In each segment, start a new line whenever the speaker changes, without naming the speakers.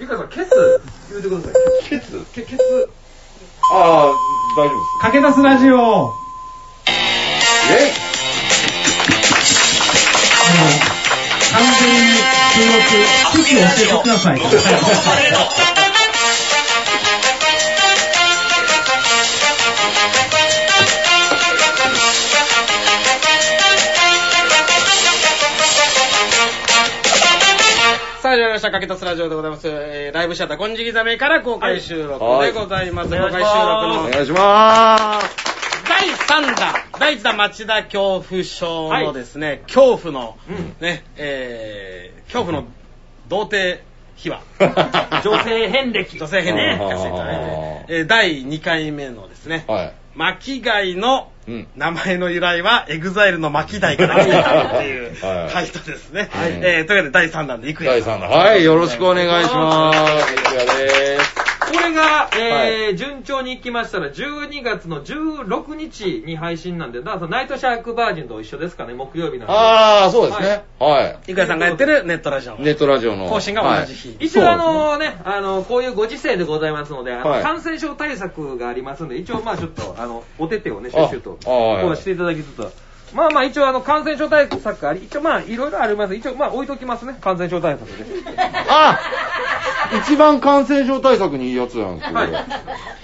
ゆかさん、ケツ、言うてください。
ケツ
ケケツ、
ああ、大丈夫
駆け出すラジオ。
です。
あの、完全に収録、少し教えてください。
さあ、始まりました。かけたすラジオでございます。えー、ライブシアター、金色ザメから公開収録でございます。
は
公開収録
いお
の
願いしまーす。
第3弾、第1弾町田恐怖症のですね、恐怖の、ね、えー、恐怖の童貞秘話、
女性遍歴。
女性編で
あー
聞かせていただいて、えー、第2回目のですね、
はい。
巻貝の
うん。
名前の由来は、エグザイルの巻貝から来たっていう
はい
回答ですね。
はい
えー、というわけで第3弾でいくや
第3弾。はい、よろしくお願いしまーす。いくやでーす。
これが、えー
は
順調にいきましたら、12月の16日に配信なんで、だからそのナイトシャークバージンと一緒ですかね、木曜日なんで。
ああ、そうですね。はい。
ゆくやさんがやってるネットラジオ。
ネットラジオの。
更新が同じ日
はい
一応あ
そう
のね、あの、こういうご時世でございますので、あの
はい
感染症対策がありますんで、一応まあちょっと、あの、お手手をね、シ
あ
ュッシュッと、
あはい
こうしていただきつつ、まあまあ一応あの、感染症対策あり、一応まあいろいろあります。一応まあ置いときますね、感染症対策で。
あ一番感染症対策にいいやつなんですよ。
はい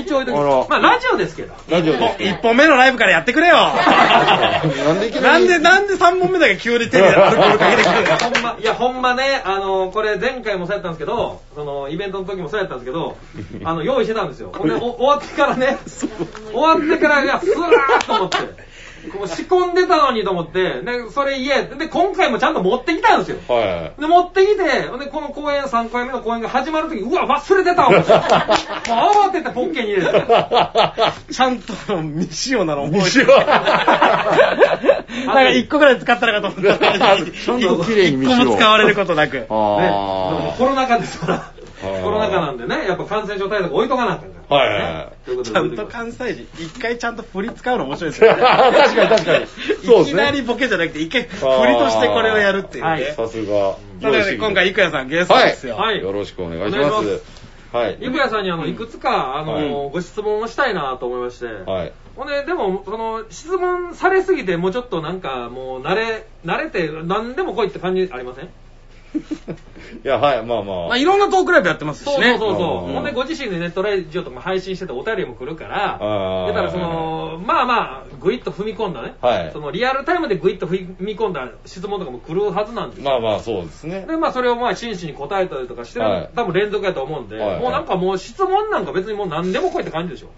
一応置いとき
あら
ます。まあラジオですけど。
ラジオです。
一本目のライブからやってくれよ
なんでいきな
な
り
んで、なんで3本目だけ急にテレビで突っ込みかけてくるの
ほ んま、いや、ほんまね、あの、これ前回もそうやったんですけど、その、イベントの時もそうやったんですけど、あの、用意してたんですよ。ほんで、お終わってからね、終わってから、いや、スラーっと思って、こう仕込んでたのにと思って、で、それ言え、で、今回もちゃんと持ってきたんですよ。
は
で、持ってきて、ほんで、この公演、3回目の公演が始まる時、うわ、忘れてたわ、思ってもう慌ててポッケに入れて。
い。
ちゃんと未使用なの覚えて
西
る。 なんか1個ぐらい使ったらかと思ったら、
ちゃんと綺麗に
1
未使
個
用
も使われることなく。
ね、でも
あ
コロナ禍ですから、
はい
コロナ禍なんでね、やっぱ感染症対策置いとかなあかん
あ。
から。
はい。
ということ
ち
で
ゃ
置い
ん
とき
と
ます。
関西人、一回ちゃんと振り使うの面白いですよね。
確かに確かに。そう
い
で
き
す
なり
ね。
ボケじゃなくて、一回振りとしてこれをやるっていう
はい
ね。
さすが。
というわけで今回、
い
ゆくやさんゲストですよ。
は。
はいい
よろしくお願いし
お
ま
願いし
す。はい。
ゆくやさんにあの、いくつか、あの、ご質問をしたいなと思いまして。
はい。
ほんで、でも、その、質問されすぎて、もうちょっとなんか、もう、慣れ、慣れて、何でも来いって感じありません
いや、はい、まあま
まあいろんなトークライブやってますしね。
そうそうそうそう。
うん
ほんで、ご自身でネットラジオとかも配信してて、お便りも来るから、
あー
だからその、まあまあ、ぐいっと踏み込んだね。
はい
その、リアルタイムでぐいっと踏み込んだ質問とかも来るはずなんです
あ。
よ
まあまあ、そうですね。
で、まあ、それをまあ、真摯に答えたりとかしてる、
はい
多分連続やと思うんで、
はい
もうなんかもう質問なんか別にもう何でも来いって感じでしょ。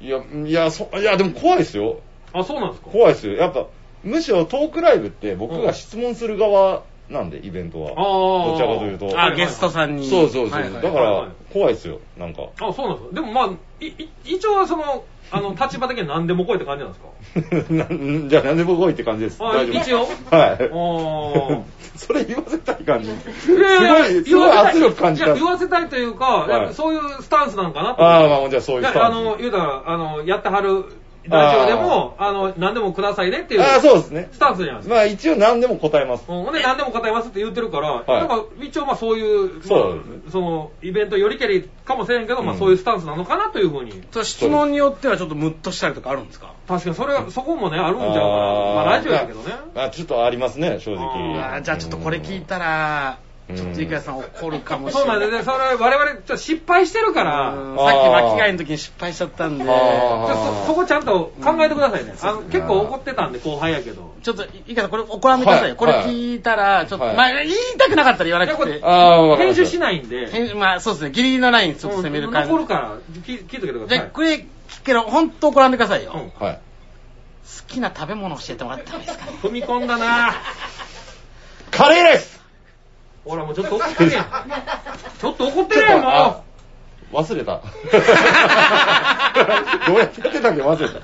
いや、いや、そ、いや、でも怖いですよ。
あ、そうなんですか
怖いですよ。やっぱ、むしろトークライブって僕が質問する側なんで、イベントは。
あ
ど
あ
ちらかというと。
あ、ゲストさんに。
そうそうそう。
はいはい
だか
はいは
ら
い、
怖いですよ、なんか。
あ、そうなんですかでもまあ、いい一応はその、あ の、立場的には何でも来いって感じなんですか
なんじゃあ、なんでも来いって感じです。
あ
大丈夫
一応
は
お
い。 それ言わせたい感じ。す
い
ごい、すごい圧力感じ
い
た
や。言わせたいというか、
はい
やっぱそういうスタンスなんかなと思って
ああ、まあ、じゃあそういうス
いや
タ
あ
ンス
の、言うたら、あの、やってはるラジオでも、あの、何でもくださいねっていう。
ああ、そうですね
ス。タンスじゃないですか。
まあ、一応何でも答えます。
うんほんで、何でも答えますって言ってるから、
い
なんか、一応、まあ、そういう、
そう
まあその、イベントよりけりかもしれんけど、まあ、そういうスタンスなのかなというふうに。
と質問によってはちょっとムッとしたりとかあるんですか
確かに、それは、そこもね、あるんちゃうかな。まあ、ラジオやけどね。
あちょっとありますね、正
う
直
わ。じゃあちょっとこれ聞いたら、ちょっとゆくやさん怒るかもし
そう
れな。
ないんですね。それは、我々、ちょっと失敗してるか
う
ら、
んさっき巻き貝の時に失敗しちゃったんで、
あー
ちょそそこちゃんと考えてくださいね。あの結構怒ってたんで、後輩やけど。
ちょっと、いいかな、これ怒らんでくださいよ。
はい
これ聞いたら、ちょっと、
はい
まあ、言いたくなかったら言わなくて
いやこ。
ああ、わかり
編
ました
集しないんで、
えまあ、そうですね。ギリギリのラインちょっと攻める感じ。
残るから、き聞いとけてくだ
じ
さ
ゃあ、
い。
これ聞くけど、ほんと怒らんでくださいよ。
う
好
ん
はい。
きな食べ物教えてもらってもいいですかね。
踏み込んだ な
カレーライス
ほら、もうちょっと怒ってるやん。ちょっと怒ってるやん、もう。
あ忘れた。 どうやってやってたっけ忘れた。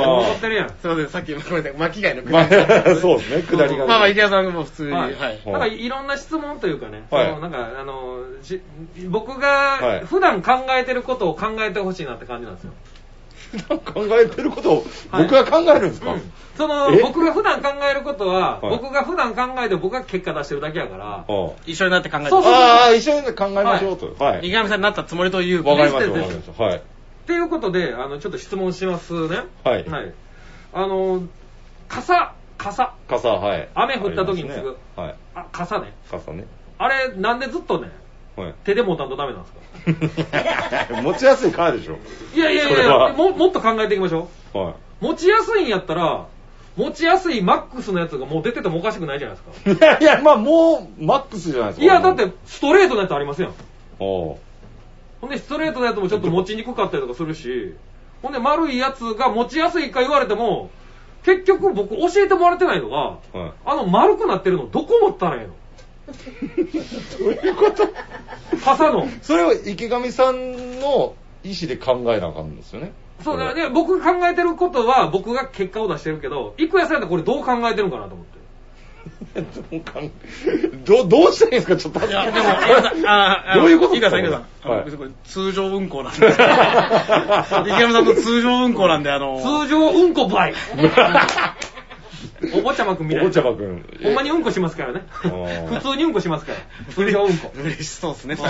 怒ってるやん。
すいません、さっき、ごめんなさい。巻き貝のく
ま
だ
あ
りが。
そうですね、下りが。
まあまあ、池谷さんも普通に、は。
はいい
はい
なんかいろんな質問というかね、
はい
そのなんかあのし僕
はい
が普段考えてることを考えてほしいなって感じなんですよ。
普段考えてることを僕が考えるんですか、
その
え
僕が普段考えることは、
はい
僕が普段考えて僕が結果出してるだけやから、
あ
一緒になって考えて
そうそう
あああ、一緒に考えましょうと。はい。
池上さんになったつもりという
わかりました、
で
わ
す
かりました。はい。
っていうことで、あの、ちょっと質問しますね。
はい
あの、傘、傘。
傘、はい。
雨降った時にすぐ
ありますねはい。
あ、傘ね。
傘ね。
あれ、なんでずっとね、
はい。
手で持たんとダメなんですか
持ちやすいからでしょ。
いやいやい
それ
や
は
も、もっと考えていきましょ
は
う。持ちやすいんやったら、持ちやすいマックスのやつがもう出ててもおかしくないじゃないですか。
い。いやいや、まあ、もう、マックスじゃないですか。
いや、だって、ストレートのやつありますやん。
おう。
ほんで、ストレートのやつもちょっと持ちにくかったりとかするし、ほんで、丸いやつが持ちやすいか言われても、結局僕教えてもらってないのが、
はい
あの丸くなってるのどこ持ったらええの
どういうこと
傘の。
それを池上さんの意思で考えなあかんんですよね。
そうだ
ね。
ね、僕が考えてることは僕が結果を出してるけど、いくやさんやったらこれどう考えてるんかなと思って。
どうかん どうどうしたらいいんですかちょっと
い
助け
や、
て
でも、江田さんあーあの
どういうこと
井田さん、井田さん。あ
は
の
い
これ通常運行なん で。池上さんと通常運行なんで、あの、
通常うんこ ばいおぼちゃまくんみたいな。
お茶葉くん。
ほんまにうんこしますからね。
あー
普通にうんこしますから。通常うんこ。
嬉しそうですね。
え、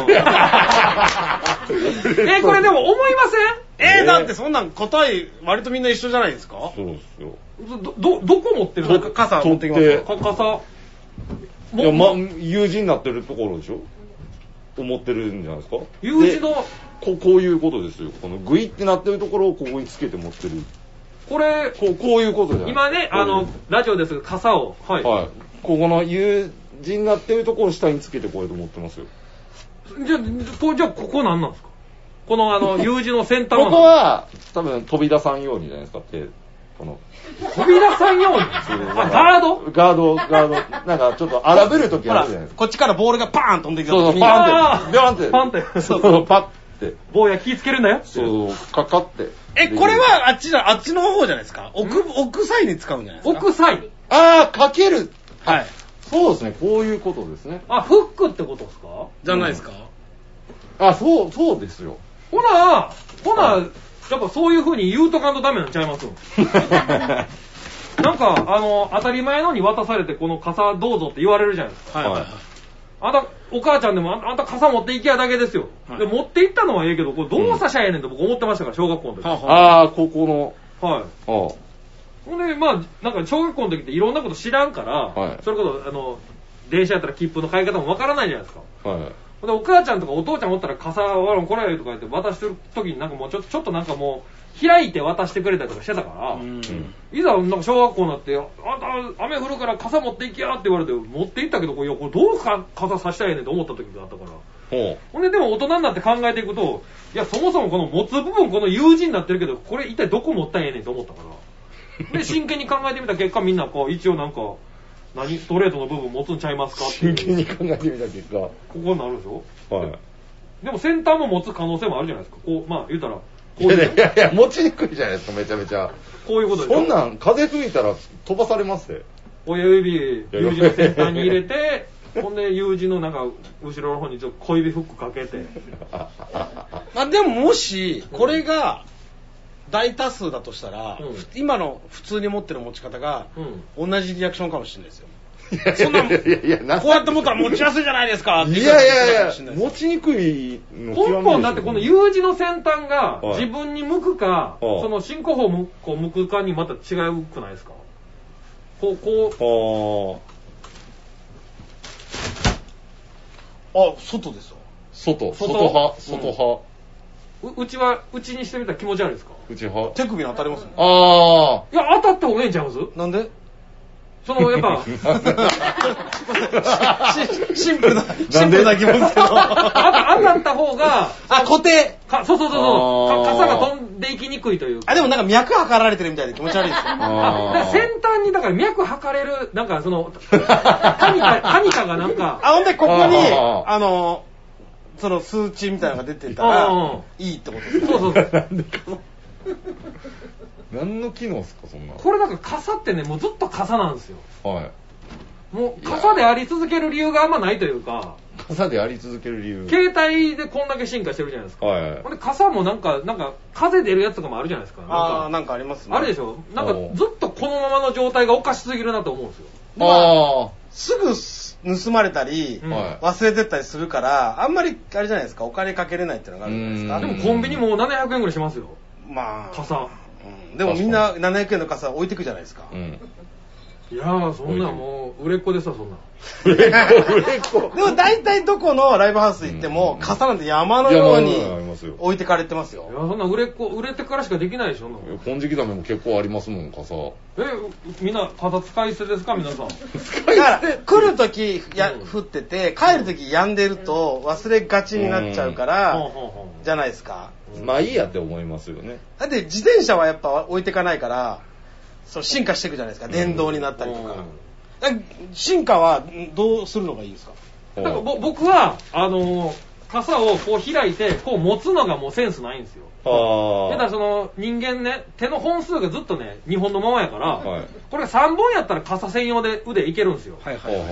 これでも思いませ
え
え
ー、だってそんなん答え、割とみんな一緒じゃないですか
そうですよ。
んど、ど、どこ持ってるの
か傘持ってきますか
か傘。
いや、ま、友人になってるところでしょ思ってるんじゃないですか
友
で
人の、
こうこういうことですよ。このグイってなってるところをここにつけて持ってる。
これ、
こうこういうことじゃない
今ね、あの
こ、
ラジオですが、傘を。は
うい。
いう
はい。ここの友人になってるところを下につけてこうやって持ってますよ。
じゃあ、こじゃあ、ここなんなんですかこの、あ の、友人の先端
ここは多分飛び出さんようにじゃないですかって、この。
飛び出さんように。あ、ガード
ガード、ガード。なんかちょっと荒ぶるとき
ほ
あ
ら
るじゃないです、か。
こっちからボールがパーン飛んできた
そ
時
うそう、
に、
パ
あ
ン
ー
って。パンって。
パンって
そうそう、パンって。
坊や気ぃつけるんだよ。
そうそう、かかって。
え、これはあっちの、あっちの方じゃないですか置く、置く際に使うんじゃないですか
奥サイ。
ああ、かける。
はい。
そうですね、こういうことですね。
あ、フックってことですかほ
じゃないですか、
あ、そう、そうです よ。
な、ほな、やっぱそういう風に言うとかんとダメなんちゃいますなんか、あの、当たり前のに渡されて、この傘どうぞって言われるじゃないですか。
はいはいはい。
あんた、お母ちゃんでも、あんあんた傘持って行きやだけですよ。
はい
で持って行ったのはええけど、これどうさしゃええねんと僕思ってましたから、小学校の時。
はあはあ
ああ、ここの。
はい。
あ
ほんで、まあ、なんか小学校の時っていろんなこと知らんから、
はい
それこそ、あの、電車やったら切符の買い方もわからないじゃないですか。
あはい。
ほんで、お母ちゃんとかお父ちゃんおったら傘はこれとか言って渡してる時になんかもうちょちょっとなんかもう、開いて渡してくれたりとかしてたから、
うん
いざ、なんか小学校になって、あんた、雨降るから傘持って行きやって言われて、持って行ったけど、これいやこれどうか傘さしたらええねんと思った時があったから。
ほ
ほんで、でも大人になって考えていくと、いや、そもそもこの持つ部分、この U 字になってるけど、これ一体どこ持ったんやねんと思ったから。 で、真剣に考えてみた結果、みんなこう、一応なんか、何ストレートの部分持つんちゃいますか
う。
ってい
真
う
剣に考えてみた結果。
ここになるでしょ
はい。
でも先端も持つ可能性もあるじゃないですか。こう、まあ言うたら、こう
いや
いう
い、やいや、持ちにくいじゃないですか、めちゃめちゃ。
こういうことでしょ。
そんなん、風吹いたら飛ばされますよ。
親指、U 字の先端に入れて、ほんで U 字のなんか、後ろの方にちょっと小指フックかけて。
まあでももし、これが大多数だとしたら、
うん
ふ今の普通に持ってる持ち方が、
うん。
同じリアクションかもしれないですよ。
そんなん、いやいや、なん
こうやって持ったら持ちやすいじゃないですかって
い
言
やい
ったら
や
持ちやす
い
かもしれ
や、
ない
持ちにくいの極みでしょ
根本だってこの U 字の先端が
はい
自分に向くか、
はい
その進行方向こう向くかにまた違うくないですかこう、こう、
ああ、
あ、外ですよ。
外、
外う
外派、
ん
外派、
ううちは、うちにしてみたら気持ち悪いですか
内派。
手首に当たりますよね。
あ
いや、当たった方がええんちゃいます
なん で
その、やっ ぱ、
しシンプルな、シンプ
で
ルな疑問 ですけど。
当た当たった方が、
あ、固定。
かそうそうそうそう、か
あー
傘が飛んでいきにくいというか。
あ、でもなんか脈測られてるみたいで気持ち悪いですよ。
あ
あー
だから先端に、だから脈測れる、なんかその、カニカ、カニカがなんか、
あ、ほんで、ここに、
ああ
あの、その数値みたいなのが出てた
うんうん
ら、いいってことです
そうそうそ
あ
う。、
なんでか何の機能ですか、そんな。
これなんか傘ってね、もうずっと傘なんですよ。
はい。
もう傘であり続ける理由があんまないというか、
傘でやり続ける理由。
携帯でこんだけ進化してるじゃないですか。
はいはい
ほんで傘もなんか、なんか、風出るやつとかもあるじゃないですか。なん
ああ、
か
なんかありますね。
あれでしょなんかずっとこのままの状態がおかしすぎるなと思うんですよ。
あ
すぐす盗まれたり、
うん
はい
忘れてったりするから、あんまり、あれじゃないですか、お金かけれないっていうのがあるじゃないです
う
か。
ん
で
で
も
も、
コンビニもう700円ぐらいしますよ。
まあ、
傘。
うんでもみんな700円の傘置いてくじゃないですか
あ。。うん。
いやー、そんなんもう、売れっ子でさ、そんなん。
売れっ子、売れっ子。
でも大体どこのライブハウス行っても、
うん
傘なんて山のよう
山のようにあります
に
よ
置いてかれてます
い
よ。
や、そんなん売れっ子、売れてからしかできないでしょ、そんなの
本時刻めも結構ありますもん、傘。
え、みんな、傘使い捨てですか、皆さん。
だから、来るときや
うん
降ってて、帰るとき止んでると忘れがちになっちゃうか
ほん
ら、
ほんほん
じゃないですか。
まあいいやって思いますよね。
だって自転車はやっぱ置いてかないから、そう進化していくじゃないですか。電動になったりとか。だから進化はんどうするのがいいですか
うんなんかぼ僕は、あのー傘をこう開いて、こう持つのがもうセンスないんですよ。
あ
だからその人間ね、手の本数がずっとね、2本のままやから、
はい
これ3本やったら傘専用で腕いけるんですよ。
はいはいはい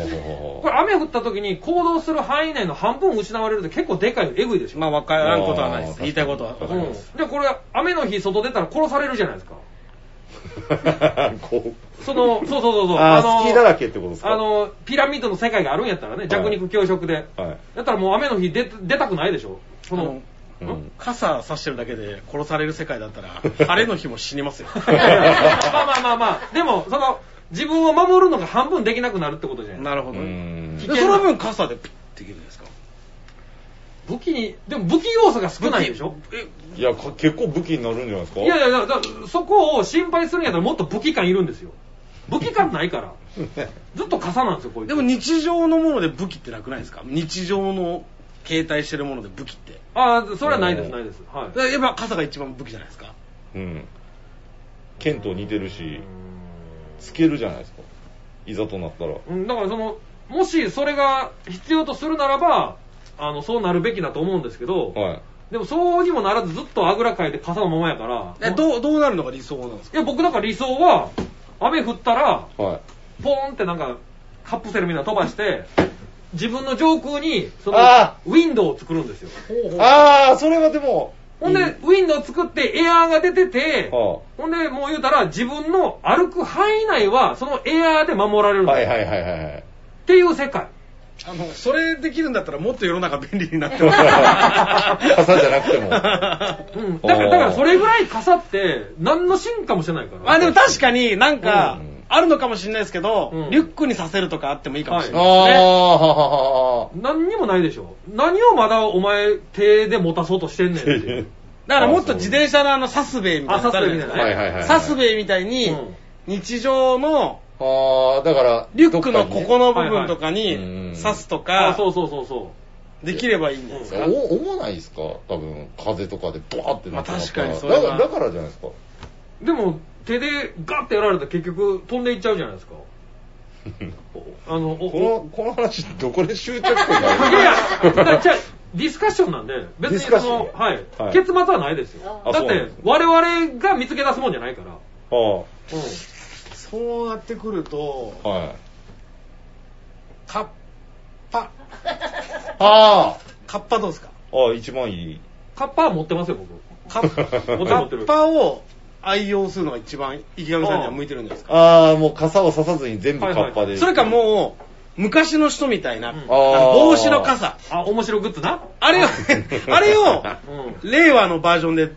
これ雨降った時に行動する範囲内の半分失われるって結構でかい、えぐいでしょ。
まあ、わからんことはないです。言いたいことは。
あーわ
う
かり
ん
ま、す
で、これ雨の日外出たら殺されるじゃないですか。
はい。こう。
その、そうそうそうそう。
あー
の
スキーだらけってことですか
あの、ピラミッドの世界があるんやったらね、弱肉強食で。
はい。
だったらもう雨の日出出たくないでしょ。そ
あ
の
の、
うん。
傘差してるだけで殺される世界だった ら、晴れの日も死にますよ。
まあ まあまあ まあ、でも、その、自分を守るのが半分できなくなるってことじゃない
なるほど
う
ね。
ん
で
危
そ
険な
の分傘でピッていけるんですか
武器に、でも武器要素が少ないでしょ
いや、か結構武器になるんじゃないですか
いやいやいや、だそこを心配するんやったらもっと武器感いるんですよ。武器感ないから。ずっと傘なんですよ、こいつ。
でも日常のもので武器ってなくないですか日常の携帯してるもので武器って。
ああ、それはないです、ないです。はい
だ。からやっぱ傘が一番武器じゃないですか
うん。剣と似てるし、つけるじゃないですか。いざとなったら。
うん、だからその、もしそれが必要とするならば、あの、そうなるべきだと思うんですけど、
はい。
でもそうにもならずずっとあぐらかいて傘のままやから、
えどうどうなるのが理想なんですか
いや、僕だから理想は、雨降ったら、
はい。
ポーンってなんか、カップセルみたいなの飛ばして、自分の上空に、その
あ、
ウィンドウを作るんですよ。
ああ、それはでも、
ほんで、ウィンドウを作ってエアーが出てて、
は
ほんで、もう言うたら、自分の歩く範囲内は、そのエアーで守られる
あ
んだ
はい
よ
はいはいはいはい。
っていう世界。
あのそれできるんだったらもっと世の中便利になってます
傘じゃなくても。
うん。だから、だからそれぐらい傘って、何の進化もしてないから。
あでも確かになんか
うん
あるのかもしれないですけど、
うん
リュックにさせるとかあってもいいかもしれ
あ
ない、
あ、ははは
何にもないでしょ。何をまだお前、手で持たそうとしてんねんっていう。
だからもっと自転車のあのサスベイみたいなのあるじゃ
あサスベイみたいなねはい
はいはいは
サ
い
スベイ
うん
みたいに日常の
ああ、だから、
リュックのここの
の。
部分とか
はいはいうん
に刺すと
あ、
か
そうそうそうそう。
できればいいんじゃないですか、
お思わないですか多分、風とかでバーってなってなったら
まあ確かにそれ
だ
は
から、だからじゃないですか。
でも、手でガッてやられたら結局飛んでいっちゃうじゃないですか。おあの、お
こ
お
の、この話、どこで終着点があ
い
る
やいや、だからじゃあディスカッションなんで、別にそ
ディスカッシ
の、
ョン
はい、
はい
結末はないですよ。
あ
だ
そ
っ
うなん
て
ですね、
我々が見つけ出すもんじゃないから。
あ
うん
そうなってくると
あ、はい。
カッパ
あ
カッパどうですか
あ、ああ、一番いい。
カッパは持ってますよ、僕。
カッ
持ってる
カ
持って
ッ
る。
パを愛用するのが一番池上さんには向いてるんじゃないですか
ああ、もう傘を差さずに全部カッパで。
それか
う、
もう昔の人みたいな、
ん
あの帽子の傘
あ、面白グッズな。
あれを あれを
う
令和のバージョンで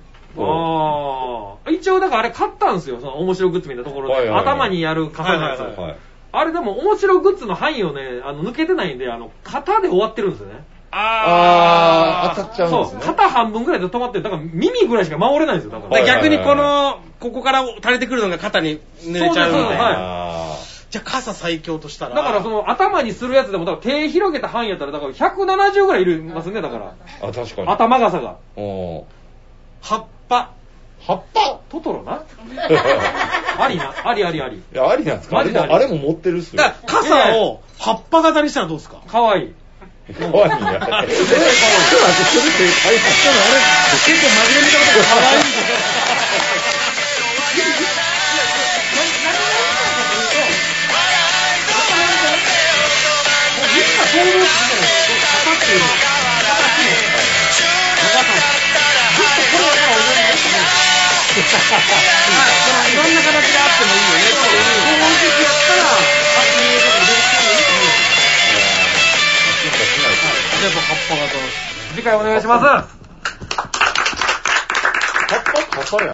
ああ。一応、だからあれ買ったんですよ、その面白グッズみたいなところで。
はいはいはい
頭にやる傘のやつ。
はいはい
はい。
あれでも、面白グッズの範囲をね、あの抜けてないんで、あの、型で終わってるんですよね。
ああ、当たっちゃうん
そ
です
う、
ね。
肩半分ぐらいで止まってる。だから耳ぐらいしか守れないんですよ、だから。
だから逆にこ
は
のここから垂れてくるのが肩に濡れちゃうみ
そうですは
たい
い
な
あ
じゃあ傘最強としたら
だからその頭にするやつでも、だから手広げた範囲やったら、だから170ぐらいいるますね、だから。
あ、あ確かに。
頭傘が。
おー
葉っぱ
葉っぱ
トトロ な
い
ありな、ありありあり。
や、ありなんですかあ
マ
れ
ジで
も、あれも持ってるっすよ。
だから傘を葉っぱ型にしたらどう ですか
かわいい。
か わいいね。あれ、ちょっと待って、それって、あ
結構真面目
れ、
に見たことが可愛いんですよ
肩
いろんな形であってもいいよねっていう。やっぱ葉っぱが楽しい。
次回お願いします。
パパパパや。